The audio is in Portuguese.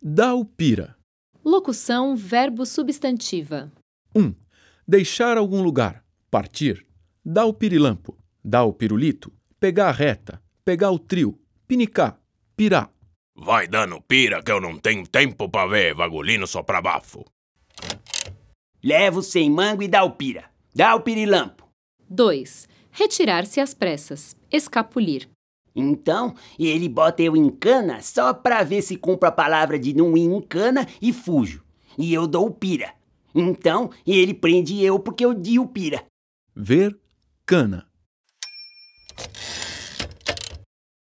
Dalpira. Locução verbo substantiva. 1. Deixar algum lugar. Partir. Dar o pirilampo. Dar o pirulito. Pegar a reta. Pegar o trio. Pinicar. Pirar. Vai dando pira que eu não tenho tempo pra ver vagulino só pra bafo. Leva o sem mango e dá o pira. Dá o pirilampo. 2. Retirar-se às pressas. Escapulir. Então, ele bota eu em cana só pra ver se cumpro a palavra de não ir em cana e fujo. E eu dou o pira. Então, ele prende eu porque eu di o pira. Ver. Cana.